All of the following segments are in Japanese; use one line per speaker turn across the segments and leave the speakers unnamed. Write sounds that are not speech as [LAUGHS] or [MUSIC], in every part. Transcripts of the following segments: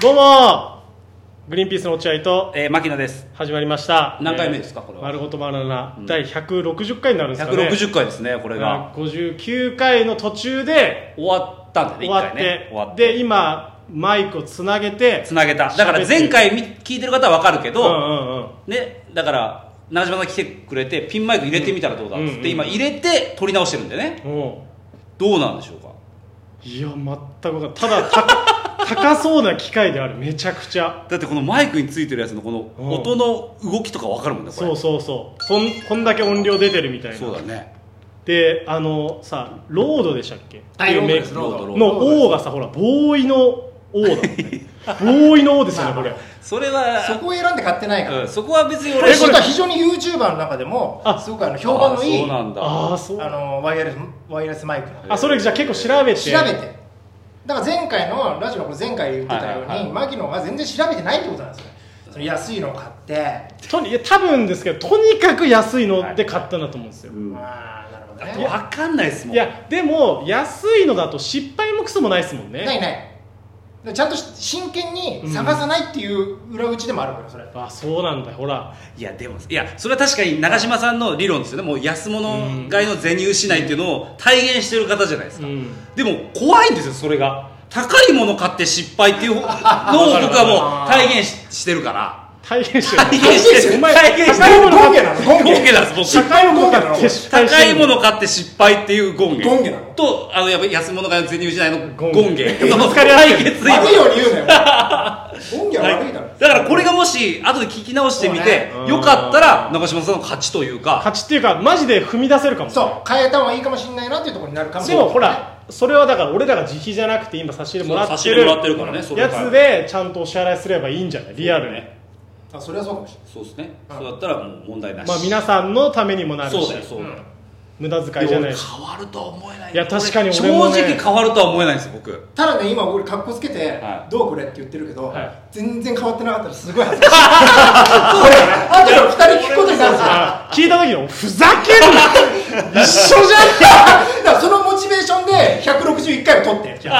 どうもグリーンピースの落合と
えー、牧野です。
始まりました
何回目ですかこれは
丸ごとバナナ、第160回になるんですかね
160回ですね、これが。
59回の途中で
終わったんだ
終
ね、一
わっ
回
て,、
ね。終わって。
で今マイクをつなげて
つなげた。だから前回み聞いてる方はわかるけ
うんう
ど、
んうん
ね、だから、長島さん来てくれて、ピンマイク入れてみたらどうだっ
うん
つって、今入れて撮り直してるんでね。
も
どうなんでしょうか
ういや全く分かんないただた [LAUGHS] 高そうな機械であるめちゃくちゃ
だってこのマイクについてるやつのこ
うん
の音の動きとかわかるもんね、これ。
そうそうそうこんこんだけ音量出てるみたいな
そうだね。
であのさロードでしたっけ
はい
っていうメイク
ロードですロード
ロード
の王がさほらボーイの王だもんねボーイの王ですよねこれ
それは、
そこを選んで買ってないから、
うんそこは別に
こ
俺
れ、実は非常に YouTuber の中でも
あ
すごくあの評判のい
あ
い
そうな
あ
んだ。
ああそう
のワイヤレスワイヤレスマイクなんで
あそれじゃあ結構調べて
調べてだから前回のラジオのこれ前回言ってたように、
はいはいはい
牧野が全然調べてないってことなんですよその安いのを買って
とにいや多分ですけどとにかく安いので買ったんだと思うんですよ、
うん
ああなるほど
だ
ね
ってわかんないですも
い
ん。
やでも安いのだと失敗もクソもないですもんね
ないないでちゃんと真剣に探さないっていう裏打ちでもあるからそれ、
あそうなんだほら
いやでもいやそれは確かに長嶋さんの理論ですよねもう安物買いの税入しないっていうのを体現してる方じゃないです
う
か、
ん
でも怖いんですよそれが高いもの買って失敗っていうのを僕はもう体現ししてるから
体現して
体
る
現して
お
る
前
体現して
高い
る
もの
ゴンゲなのゴンゲ
権下なんです
失
僕
敗も買って失敗
高いも
の
の買って失敗っていう権
権下
下
なの
とあのやっぱ安物買いの税入しないの権
権 [LAUGHS] 下
下
ぶつかり合ってる
対決
悪いように言うなよゴンゲは悪いだろ、
だからこれがもし後で聞き直してみ
そうね
て
うん
よかったら長嶋さんの勝ちというか
勝ちっていうかマジで踏み出せるかも
そう変えた方がいいかもしれないなっていうところになるかも
でもほらそれはだから俺らが自費じゃなくて今差し入れもら
差
っ
して入
る
れもらってるからねそれ
や
は
つでちゃんとお支払いすればいいんじゃないリアルに
あそれはそうかもしれ
そうですね、
うん
そうだったらもう問題なし、
まあ皆さんのためにもなるし
そうだよそうだよ、
無駄遣いじ
で
ゃ
も
な
俺
いし
変わるとは思えない
いや確かに
正
俺もね
直変わるとは思えないんですよ僕
ただね今俺格好つけて、
はい
どうこれって言ってるけど、
はい
全然変わってなかったらすごい恥ず
[LAUGHS]
かしいこれあとの2人聞くことになるんですよ
あ聞いた時のふざけんな [LAUGHS] 一緒じゃん
だからそのモチベーションで161回を取って俺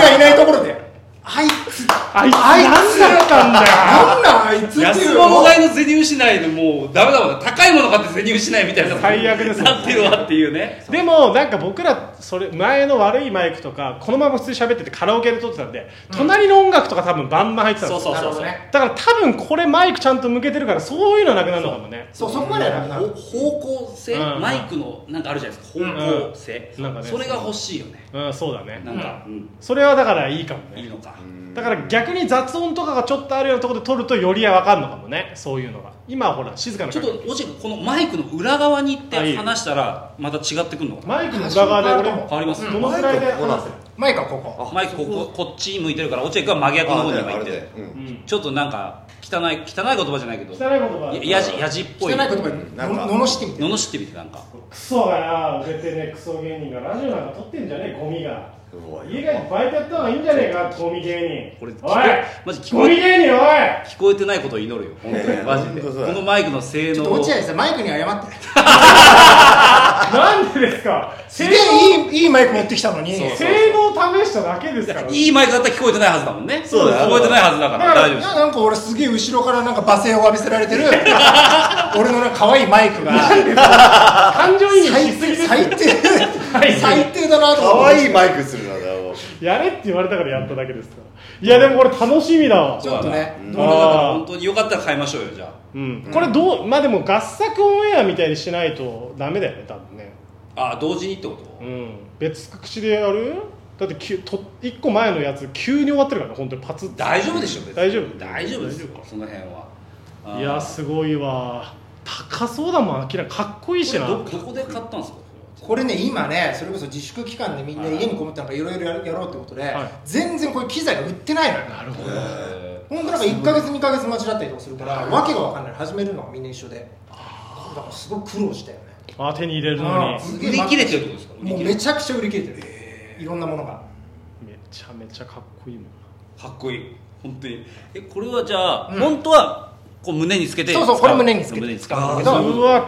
がいないところであいつ
あいつ
あいつ
何だったんだよ
なんなんあいつってい
安
う
物買いの銭失いのもうダメだもんね高いもの買って銭失いみたいな
最悪ですよ
なってるわっていうね
でもなんか僕らそれ前の悪いマイクとかこのまま普通に喋っててカラオケで撮ってたんで隣の音楽とか多分バンバン入ってたんで
そう
すよ
そう
なる
そうそ
ほ
う、
どね
だから多分これマイクちゃんと向けてるからそういうのはなくなるのかもね
そうそこまではなくな
ほ
る
方向性、
うん
マイクのなんかあるじゃないですか
ん
方向性、
うんなんかね
それが欲しいよね
うんそうだね
なんか、うん
それはだからいいかも
いい
ね
のか、
だから逆に雑音とかがちょっとあるようなところで撮るとより分かるのかもねそういうのが今はほら静かな
ちょ
感
っ
じ
とおじこのマイクの裏側に行っ
あいい
て話したらまた違ってくるのかな
マイクの裏側で
変わります、
俺どのくらいで話せる
マイクはここ
マイクこここっち向いてるから落合君は真逆の方に今行ってる
うん汚い
ちょっとなんか汚い汚い言葉じゃないけど
言葉
ややじやじっ
汚
ぽ
い
い
言葉
の
にののしてみて
のしってみてなんか
クソがな売れてねクソ芸人がラジオなんか撮ってんじゃねえゴミが家がいっぱいやった方がいいんじゃねえかゴミ芸人
これ聞こ
おい
マジ聞こ
ゴミ芸人おい
聞こえてないことを祈るよ本当にマジで
ほ
こ
んとそうだ
のマイクの性
ちょっ
能
と
を
落合さんマイクに謝って
なんでですか
す
性
げ
能
えいいいいマイク持ってきたのに
そう
性能試しただけですから
いいマイクだったら聞こえてないはずだもんね
そうだよ
聞こえてないはずだから
だから
大
い
丈夫
や
です
なんか俺すげえ後ろからなんか罵声を浴びせられて [LAUGHS] る俺のなんか可愛いマイクが
感情移入
最
しすぎ
低
です
最低
はい
最低だなと
可
思って
愛いマイクするなだよ
やれって言われたからやっただけですからいやでもこれ楽しみだわ
ちょっとね
どうなったら本当によかったら買いましょうよじゃ
うん、これどうまあでも合作オンエアみたいにしないとダメだよね多分ね
ああ同時にってこと
うん別口でやるだってきゅと1個前のやつ急に終わってるからね本当にパツッて
大丈夫でしょ別に
大丈夫
大丈夫ですよその辺はあー
いやすごいわ高そうだもん明らかかっこいいしな
どどこで買ったんですか
これね今ねそれこそ自粛期間でみんな家にこもってなんかいろいろやるやろうってことで、
はい
全然こういう機材が売ってないのよ
なるほど
え
ほんとなんか1か月2か月待ちだったりとかするから訳が分かんない始めるのはみんな一緒でだからすごい苦労したよね
あ手に入れるのに
あー
ー売り切れてるってことですか売り
もう
切れ
めちゃくちゃ売り切れてる、いろんなものが
めちゃめちゃかっこいいもん
かっこいい本当にえこれはじゃあ、
うん
本当はこう胸につけて
そうそうこれ胸につけて
胸に
使うんだけ
あ
ど
ーそう
わ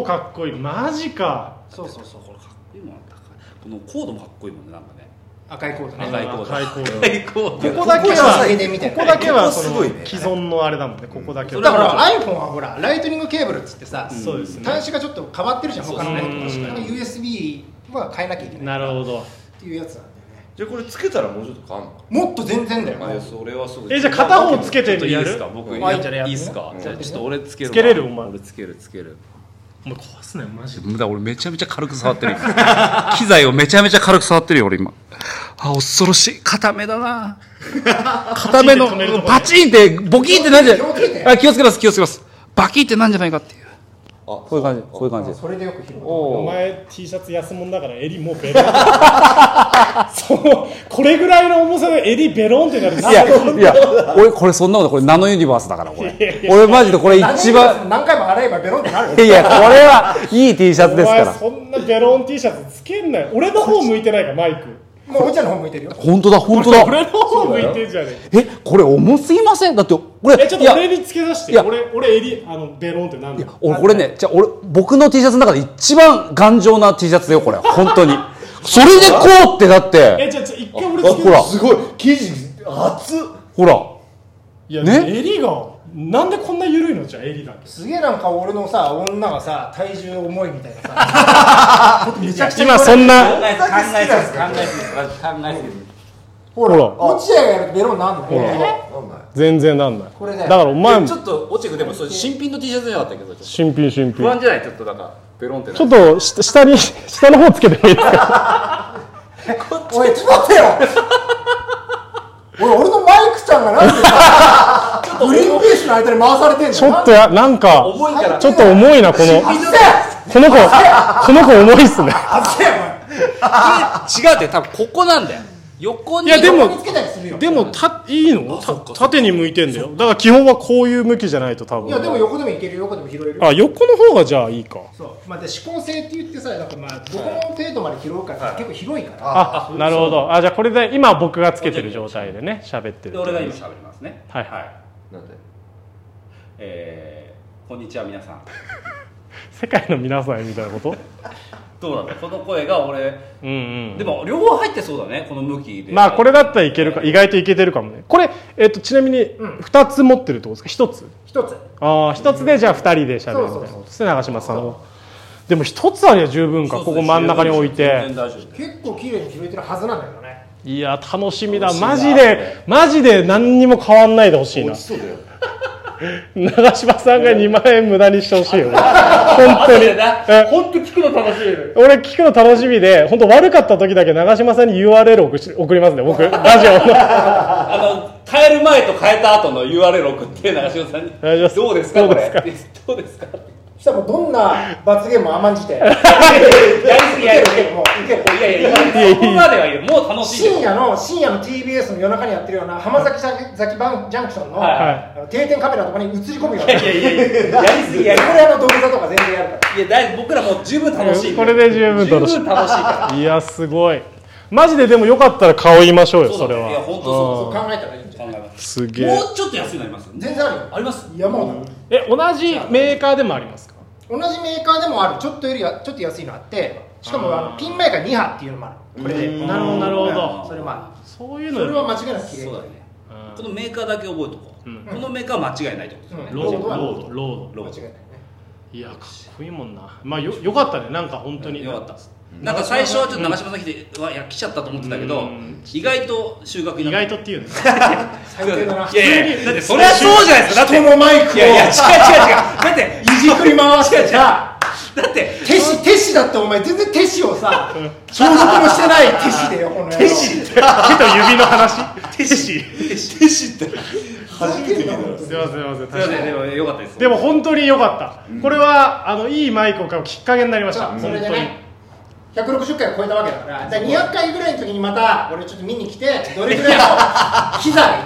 超かっこいいマジか
そうそうそう
これかっこいいもんあったかこのコードもかっこいいもんねなんかね
赤いコートね
赤いコード
赤いコード
赤いコード
ここだけは
ここや再現みたいな
ここだけはそ
ここすごい
の
ね
既存のあれだもんねここだけ
そ
は
れ
だ
は
か
も
ら iPhone はほらライトニングケーブルっつってさ、
そうですね
端子がちょっと変わってるじゃん他のものと
そう
か
ですね
だから USB は変えなきゃいけない
なるほど
っていうやつなんだよね
じゃあこれつけたらもうちょっと変わんの
もっと全然だよ
あいやそれはそう
えじゃあ片方つけて
ちょっと
み
いい
や
です
る
か僕
あ
や
いいじゃん
い
やって
い
み
っ
る
すかじゃあちょっと俺つけるわ
つけれるお前
俺つけるつける
お前壊すなよマジで
無駄俺めちゃめちゃ軽く触ってる [LAUGHS] 機材をめちゃめちゃ軽く触ってるよ俺今あ恐ろしい固めだ [LAUGHS] な固めの
パチンって止めるとこね
パチンってボキンってなんじゃ
気をつけて
あ気をつけます気をつけますバキンってなんじゃないかっていう
あ
こういう感じこういう感じです
それでよく拾う
お
おお
前 T シャツ安物だから襟もうベロン [LAUGHS] そのこれぐらいの重さで襟ベロンってなる
いやいや俺これそんなことこれナノユニバースだからこれ俺マジでこれ一番
何回も洗えばベロンってなる
いやこれはいい T シャツですか
お前
ら
そんなベロン T シャツつけんなよ俺の方向いてないかマイク
もうお茶の方向いてるよ
本当だ本当だ
俺の方向いてんじゃねえ
えこれ重すぎませんだって俺
えちょっと
いや
俺につけさせ
い
て
や
俺俺襟あのベロンってなんだよ
俺これねじゃあ俺僕の T シャツの中で一番頑丈な T シャツだよこれ本当にそれでこうってだっ
え
て
じゃあちょ一回俺
あ
つけ
ほら
すごい生地厚っ
ほら
いや
ね
襟がなんでこんな緩いのじゃあ襟だけ
すげえなんか俺のさ女がさ体重重いみたいなさめちゃくちゃ
今そん
考
な
え考え考え
ほ
ら
落合がやるとベロンなんだよね
なんだよ
全然なんない
これね
だからお前も
ちょっと落ちくでもそれ新品の T シャツじゃなかったけどちょっと
新品新
不安
品
じゃないちょっとなんかペロンってな
ちょっと下下に下の方つけてもいいですか
おいちょっと待ってよおい俺のマイクちゃんがなんでさグリーンピースの間に回されてんの
ちょっとやなんか
重いから
ちょっと重いなこの
あっせ
この
[LAUGHS]
子この子重いっすね
あっせお
違うって多分ここなんだよ横に
いやで
前
も
ここにつけたりするよ
でもたいいのた縦に向いてんだよだから基本はこういう向きじゃないと多分
いやでも横でもいけるよ横でも拾えるよ
あ横の方がじゃあいいか
そうまあで指向性って言ってさだからまあどこの程度まで拾うかって結構広いから、
あなるほどあじゃあこれで今僕がつけてる状態でね喋って
で
る
俺が今喋りますね
はい
なんだよ
えーこんにちは皆さん
世界の皆さんへみたいな
[LAUGHS]
こと
どうなんだこの声が俺
うんうん
でも両方入ってそうだねこの向きで
まあこれだったらいけるか意外といけてるかもねこれ、えっとちなみに2つ持ってるってことですか1つ
一つ
ああ1つでじゃあ2人で喋るみたい
そうそう
な
そ
ことですね長嶋さんをでも1つありゃ十分か
そうそ
こ
う
こ真ん中に置い
全然
て
大丈夫
結構綺麗に拾えてるはずなんだけどね
いや楽しみだ
楽しみだ
マジでマジで何にも変わんないでほしい
美
な
味しそうだよ
長嶋さんが2万円無駄にしてほしいよね本当にえ
本当聞くの楽しい
俺聞くの楽しみで本当悪かった時だけ長嶋さんに URL 送し送りますね [LAUGHS] 僕ラジオの
あの変える前と変えた後の URL 送って長嶋さんに
願いします
どうですか
ど
こ
うです
れ
か
[LAUGHS] どうですか
そしたらもうどんな罰ゲームも甘んじ [LAUGHS] て
やりすぎやりすぎ
もういける
いやいや今そこまではいいよもう楽しい
深
よ
夜の深夜の TBS の夜中にやってるような浜崎崎バンジャンクションの、
はい
は
あの定点カメラとかに映り込むよう
い
な
やいやいややりすぎやりす
これあの土下座とか全然やるから
ぎいや大僕らもう十分楽しい
これで十分楽しい
十分楽しいから
いやすごいマジででもよかったら顔言いましょうよそれ
だねいや
は
本当そ
そう考えたらいいんじゃないう
そう
すげえ
もうちょっと安いのありますよね
全然あるよ
あります
山ほ
え同じメーカーでもありますか
ど同じメーカーでもあるちょっとよりはちょっと安いのあってしかもあのピンマイカ2波っていうのもあるこれで
なるほどなるほ
うん
ど
それもある
そういう
それは
の
間違いなく綺麗
そうだね
うん
このメーカーだけ覚えとこうこのメーカーは間違いないってことですよ
ロ
ね
ード
ロードは
ロードロー
ロ
間
ゴ
違いないね
ドいやかっこいいもんなまあよよかったねなんか本当に
よかったなんか最初はちょっと長嶋さん来て、うわいや来ちゃったと思ってたけど、
うん
意外と収穫
意
にな
外
った
とっていうね [LAUGHS]
最低だない
やいやだってそれはそうじゃないですかだって
人のマイクを
いやいや違う違う違うだって
いじくり回してさ
だって
手師手師だってお前全然手師をさ消毒もしてない手師でよこの手師
手と指の話
手師手師手師ってすい
初めて見た
すいませんすいません
ませんでもよかったです
でも本当に良かった、これはあのいいマイクを買うきっかけになりました、
それ
本
で
当に
ね160回超えたわけだからじゃあ200回ぐらいの時にまた俺ちょっと見に来てどれぐらいの機材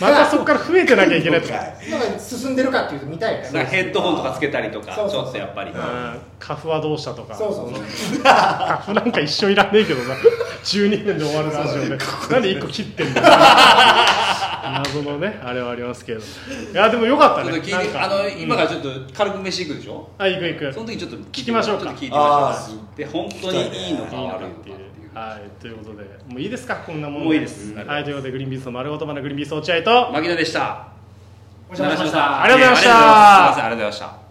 またそこから増えてなきゃいけ
[LAUGHS]
ないとか、
なんか進んでるかっていうと見たいか
なん
ら
かヘッドホンとかつけたりとか
そうそうそう
ちょっとやっぱり、
うん、カフはどうしたとか
そうそうそう
カフなんか一生いらねえけどな12年で終わるラジオでなんで1個切ってんだよ謎のねあれはありますけどいやでもよかった
ちょ
ね
っと聞いて
なん
あ
か
の今からちょっと軽く飯行くでしょ
あ行く行く
その時にちょっと聞いて
聞きましょうか
ちっと聞いてみましょ
あ
うで本当にいいのか悪いのかっていう
はい、ということで、もういいですか、こんなもん
もういいです
はい、ということで、グリーンビースの丸ごとまのグリーンビース落合と。
牧野でした
お邪魔しました
お
ありがとうございました
ありがとうございましたすいませんありがとうございました